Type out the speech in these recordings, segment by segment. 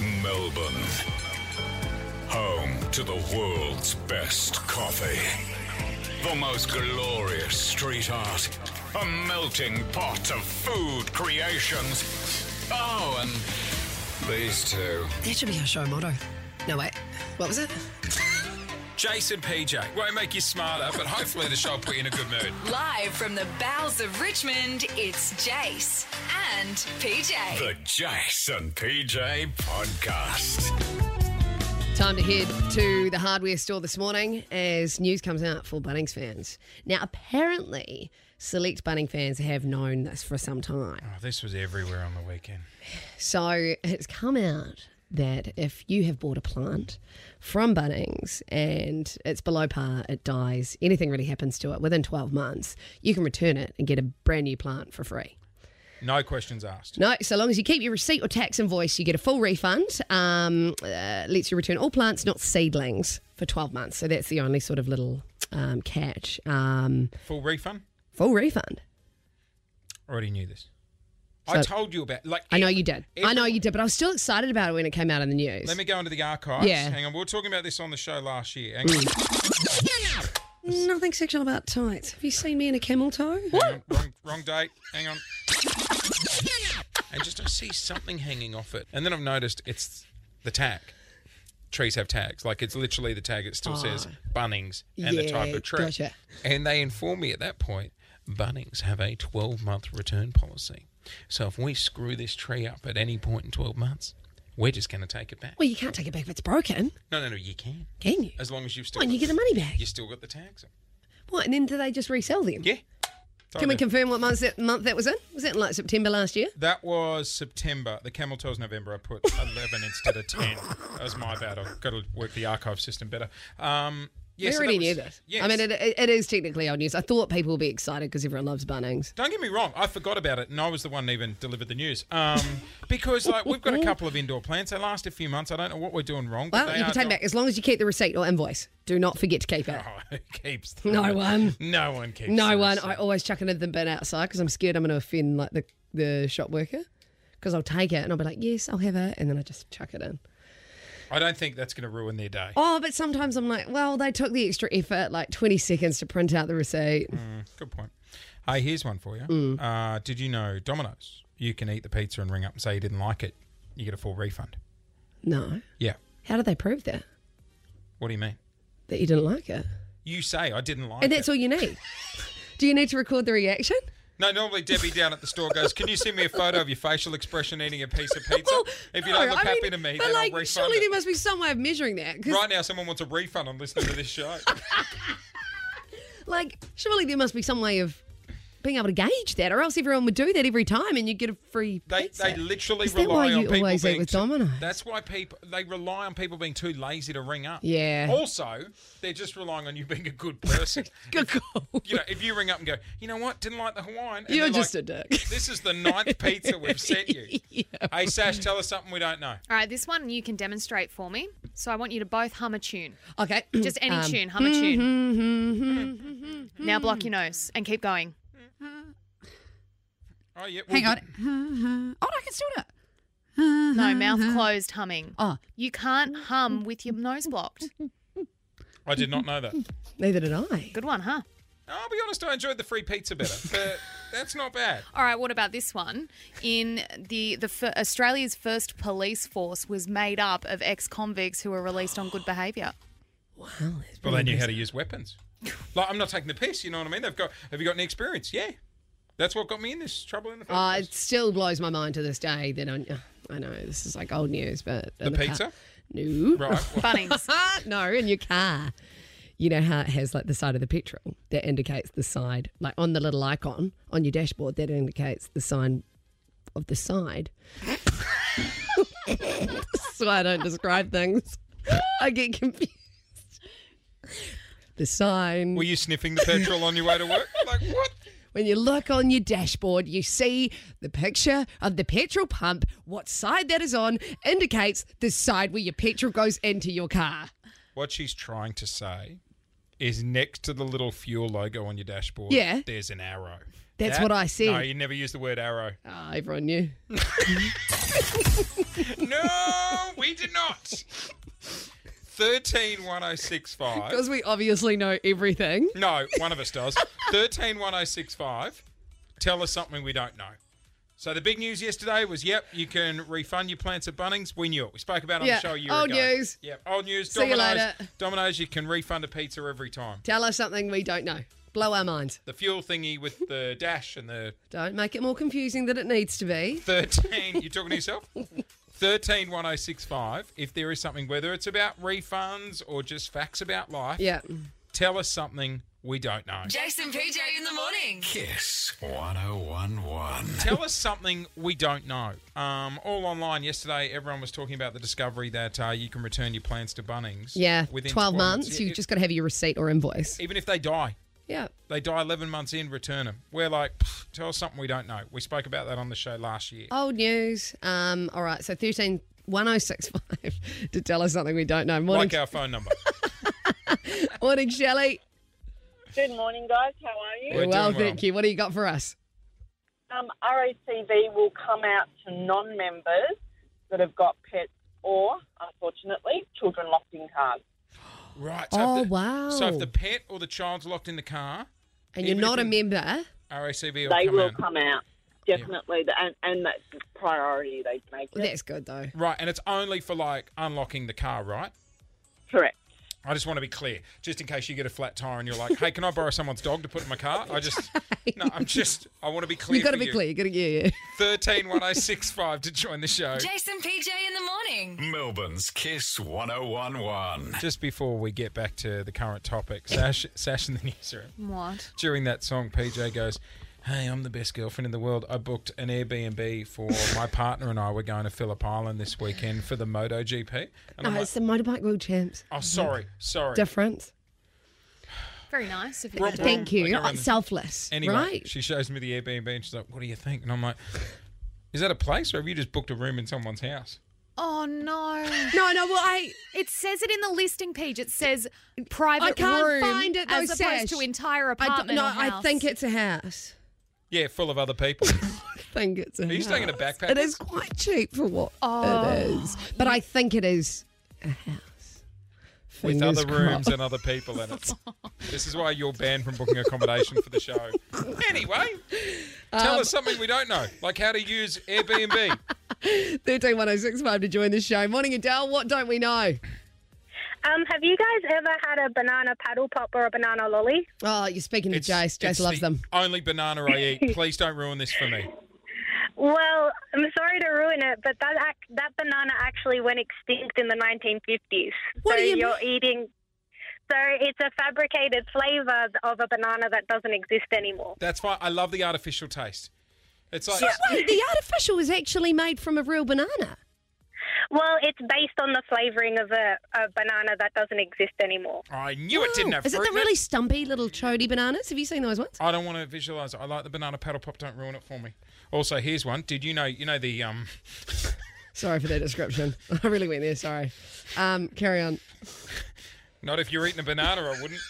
Melbourne, home to the world's best coffee, the most glorious street art, a melting pot of food creations. Oh, and these two. That should be our show motto. No, wait. What was it? Jason PJ. Won't make you smarter, but hopefully the show will put you in a good mood. Live from the bowels of Richmond, it's Jace and PJ. The Jason PJ Podcast. Time to head to the hardware store this morning as news comes out for Bunnings fans. Now, apparently, select Bunnings fans have known this for some time. Oh, this was everywhere on the weekend. So it's come out that if you have bought a plant from Bunnings and it's below par, it dies, anything really happens to it within 12 months, you can return it and get a brand new plant for free. No questions asked. No, so long as you keep your receipt or tax invoice, you get a full refund. Um, uh, lets you return all plants, not seedlings, for 12 months. So that's the only sort of little um, catch. Um, Full refund? full refund. Already knew this. I So- told you about like I know ev- you did. I know every- you did, but I was still excited about it when it came out in the news. Let me go into the archives. Yeah. Hang on. We were talking about this on the show last year. Hang Mm. on. Nothing sexual about tights. Have you seen me in a camel toe? Hang on. Wrong, wrong date. Hang on. And just I see something hanging off it. And then I've noticed it's the tag. Trees have tags. Like it's literally the tag. It still says Bunnings and the type Oh. Yeah, of tree. gotcha. And they inform me at that point Bunnings have a 12 month return policy. So if we screw this tree up at any point in 12 months, we're just going to take it back. Well, you can't take it back if it's broken, No, no, no, you can. can you? As long as you've still Why, and you get the money back. you still got the tags. on. What? And then do they just resell them? Yeah. Can we Totally. confirm what month that, month that was in? Was that in like September last year? That was September. The camel toes November. I put 11 instead of 10. That was my bad. I've got to work the archive system better. Um, yeah, we so already that knew was- this. Yes. I mean, it, it, it is technically old news. I thought people would be excited because everyone loves Bunnings. Don't get me wrong. I forgot about it, and I was the one that even delivered the news. Um, because like we've got a couple of indoor plants. They last a few months. I don't know what we're doing wrong. But Well, they you can are Oh, take it back as long as you keep the receipt or invoice. Do not forget to keep it. gone. Who keeps the- No one. No one keeps. No the one. receipt. I always chuck it in the bin outside because I'm scared I'm going to offend like the, the shop worker because I'll take it and I'll be like, yes, I'll have it. And then I just chuck it in. I don't think that's going to ruin their day. Oh, but sometimes I'm like, well, they took the extra effort, like 20 seconds to print out the receipt. Good point. Hey, here's one for you. Mm. Uh, did you know Domino's? You can eat the pizza and ring up and say you didn't like it. You get a full refund. No. Yeah. How did they prove that? What do you mean? That you didn't like it? You say I didn't like And that's it. all you need. Do you need to record the reaction? no, normally Debbie down at the store goes, "Can you send me a photo of your facial expression eating a piece of pizza? Well, if you no, don't look I happy mean, to me, but then like, I'll refund surely it." there must be some way of measuring that. 'cause, Right now, someone wants a refund on listening to this show. like, surely there must be some way of being able to gauge that, or else everyone would do that every time, and you'd get a free They, pizza. they literally Is that rely why on you people always being eat with too- Domino's? That's why people they rely on people being too lazy to ring up. Yeah. Also, they're just relying on you being a good person. Good call. you know, if you ring up and go, you know what, didn't like the Hawaiian. and You're they're just like, a dick. This is the ninth pizza we've sent you. Hey, Sash, tell us something we don't know. All right, this one you can demonstrate for me. So I want you to both hum a tune. Okay. Um, Just any tune, hum a tune. now block your nose and keep going. Oh yeah. well, Hang on. Oh, no, I can still do it. No, mouth closed humming. Oh. You can't hum with your nose blocked. I did not know that. Neither did I. Good one, huh? I'll be honest, I enjoyed the free pizza better, but that's not bad. All right, what about this one? In the the fir- Australia's first police force was made up of ex-convicts who were released on good behaviour. Wow. that's Well, they pretty knew how impressive. to use weapons. Like, I'm not taking the piss. You know what I mean? They've got. Have you got any experience? Yeah. That's what got me in this trouble in the first Uh, place. it still blows my mind to this day that I, I know this is like old news, but The in pizza, car- no, right? Well, Bunnings. no, in your car. You know how it has like the side of the petrol that indicates the side, like on the little icon on your dashboard that indicates the sign of the side. That's why I don't describe things. I get confused. The sign. were you sniffing the petrol on your way to work? Like what? When you look on your dashboard, you see the picture of the petrol pump. What side that is on indicates the side where your petrol goes into your car. What she's trying to say is next to the little fuel logo on your dashboard. Yeah. There's an arrow. That's That- what I said. No, you never use the word arrow. Ah, everyone knew. no, we did not. 131065. Because we obviously know everything. No, one of us does. 131065. Tell us something we don't know. So the big news yesterday was, yep, you can refund your plants at Bunnings. We knew it. We spoke about it on Yeah, the show a year old ago. news. Yep, old news. See you Domino's. later. Domino's, you can refund a pizza every time. Tell us something we don't know. Blow our minds. The fuel thingy with the dash and the Don't make it more confusing than it needs to be. 13 you're talking to yourself 131065 if there is something whether it's about refunds or just facts about life Yeah. tell us something we don't know Jason PJ in the morning. Kiss 1011. tell us something we don't know um, all online yesterday everyone was talking about the discovery that uh, you can return your plans to bunnings Yeah. within 12 months, Yeah, you it- just got to have your receipt or invoice. e-, even if they die Yeah. they die 11 months in return them we're like "Pff, tell us something we don't know we spoke about that on the show last year Old news. Um, all right. So 13 1065 to tell us something we don't know. Morning, like our phone number morning Shelley. Good morning, guys. How are you? We're well, doing well. thank you. What do you got for us? Um, RACV will come out to non members that have got pets or, unfortunately, children locked in cars. right so Oh, if the, wow. so if the pet or the child's locked in the car And you're Even if not a you- member. RACV will They come will out. come out, definitely, and, and that's priority they make. It. Well, that's good, though. Right, and it's only for like unlocking the car, right? Correct. I just want to be clear, just in case you get a flat tire and you're like, "Hey, can I borrow someone's dog to put in my car?" I just, no, I'm just, I want to be clear. You've got to for be you. clear. you got to, yeah, yeah. Thirteen one zero six five to join the show. Jason PJ in the morning. Mm. Melbourne's Kiss 1011. Just before we get back to the current topic, Sash, Sash in the newsroom. What? During that song, PJ goes, "Hey, I'm the best girlfriend in the world. I booked an Airbnb for my partner and I. We're going to Phillip Island this weekend for the MotoGP." And I'm Oh, like, it's the Motorbike World Champs. "Oh, sorry, sorry." Difference. Very nice of you. Wrong- to do. wrong- Thank you. Like, Oh, selfless. Anyway, right? she shows me the Airbnb and she's like, "What do you think?" And I'm like, "Is that a place, or have you just booked a room in someone's house?" Oh no! No, no. Well, I It says it in the listing page. It says private I can't room find it, though, as Sash. opposed to entire I don't, apartment. no, or I house. think it's a house. Yeah, full of other people. I think it's a Are you house. staying in a backpack? It is quite cheap for what it is, but I think it is a house with Fingers other rooms crossed. and other people in it. This is why you're banned from booking accommodation for the show. Anyway, Um, tell us something we don't know, like how to use Airbnb. 131065 to join the show. Morning, Adele. What don't we know? Um, have you guys ever had a banana paddle pop or a banana lolly? Oh, you're speaking to It's- Jace. it's Jace loves the them. Only banana I eat. Please don't ruin this for me. Well, I'm sorry to ruin it, but that ac- that banana actually went extinct in the 1950s. What so do you are eating. So it's a fabricated flavour of a banana that doesn't exist anymore. That's fine. I love the artificial taste. It's like Wait, the artificial is actually made from a real banana. Well, it's based on the flavouring of a, a banana that doesn't exist anymore. I knew Oh, it didn't Wow. have Is it fruit. the in it. really stumpy little chody bananas? Have you seen those ones? I don't want to visualize it. I like the banana paddle pop. Don't ruin it for me. Also, here's one. Did you know? You know the um. Sorry for that description. I really went there. Sorry. Um, carry on. Not if you're eating a banana, I wouldn't.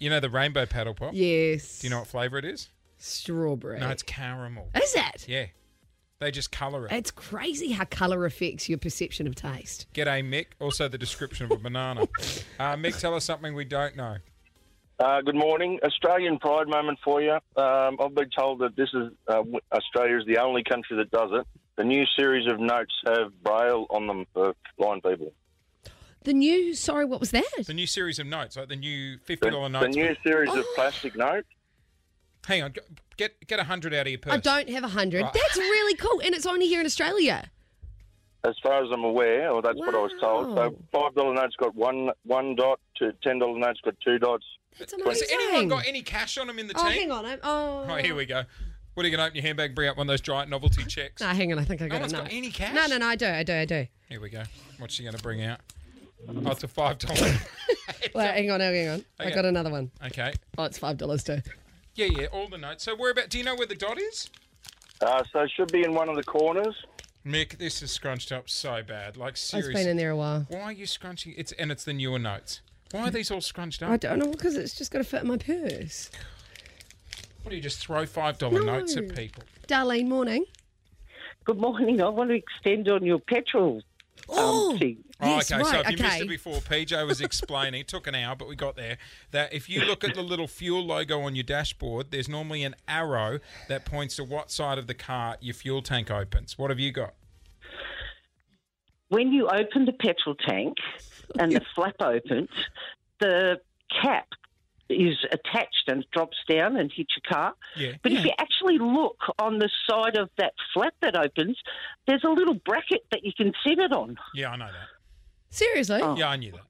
You know the rainbow paddle pop. Yes. Do you know what flavor it is? Strawberry. No, it's caramel. Is it? Yeah, they just color it. It's crazy how colour affects your perception of taste. Get a Mick. Also, the description of a banana. Uh, Mick, tell us something we don't know. Uh, good morning. Australian pride moment for you. Um, I've been told that this is uh, w- Australia's the only country that does it. The new series of notes have braille on them for blind people. The new, sorry, what was that? The new series of notes, like the new fifty The, dollar the notes. new series of Oh. plastic notes. Hang on, g- get get a hundred out of your purse. I don't have a hundred. Right. That's really cool, and it's only here in Australia. As far as I'm aware, or that's what I was told. So five dollar notes got one one dot. To ten dollar notes got two dots. That's Has amazing. anyone got any cash on them in the oh, team? hang on. I'm, oh. Oh, here we go. What are you going to open your handbag and bring out one of those giant novelty checks? No, hang on. I think I got No one's enough. got any cash. No, no, no. I do. I do. I do. Here we go. What's she going to bring out? Oh, it's a five dollar. Wait, hang on. Hang on. I Okay. got another one. okay. Oh, it's five dollars too. Yeah, yeah. All the notes. So, where about? Do you know where the dot is? Uh, so it should be in one of the corners. Mick, this is scrunched up so bad. Like It's seriously, been in there a while. why are you scrunching? It's and it's the newer notes. Why are these all scrunched I up? don't know because it's just got to fit in my purse. What do you just throw five dollar No. notes at people? Darlene, morning. Good morning. I want to extend on your petrol. Oh, thing. yes, oh, okay. right, so if okay. you missed it before, PJ was explaining. it took an hour, but we got there. That if you look at the little fuel logo on your dashboard, there's normally an arrow that points to what side of the car your fuel tank opens. What have you got? When you open the petrol tank and the flap opens, the cap is attached and drops down and hits your car. Yeah. But if you actually look on the side of that flap that opens, there's a little bracket that you can sit it on. Yeah, I know that. seriously? Oh. Yeah, I knew that.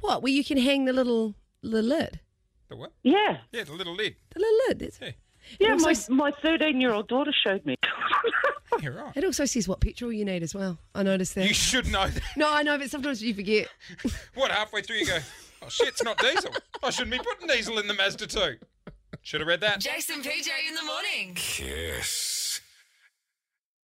What? Where you can hang the little the lid, The what? Yeah. Yeah, the little lid. the little lid. That's, Yeah. Yeah, also my, s- my 13 year old daughter showed me. Oh. You're right. It also says what petrol you need as well. I noticed that. You should know that. no, I know, but sometimes you forget. What, halfway through you go, oh shit, it's not diesel. I shouldn't be putting diesel in the Mazda 2. Should have read that. Jason PJ in the morning. Kiss.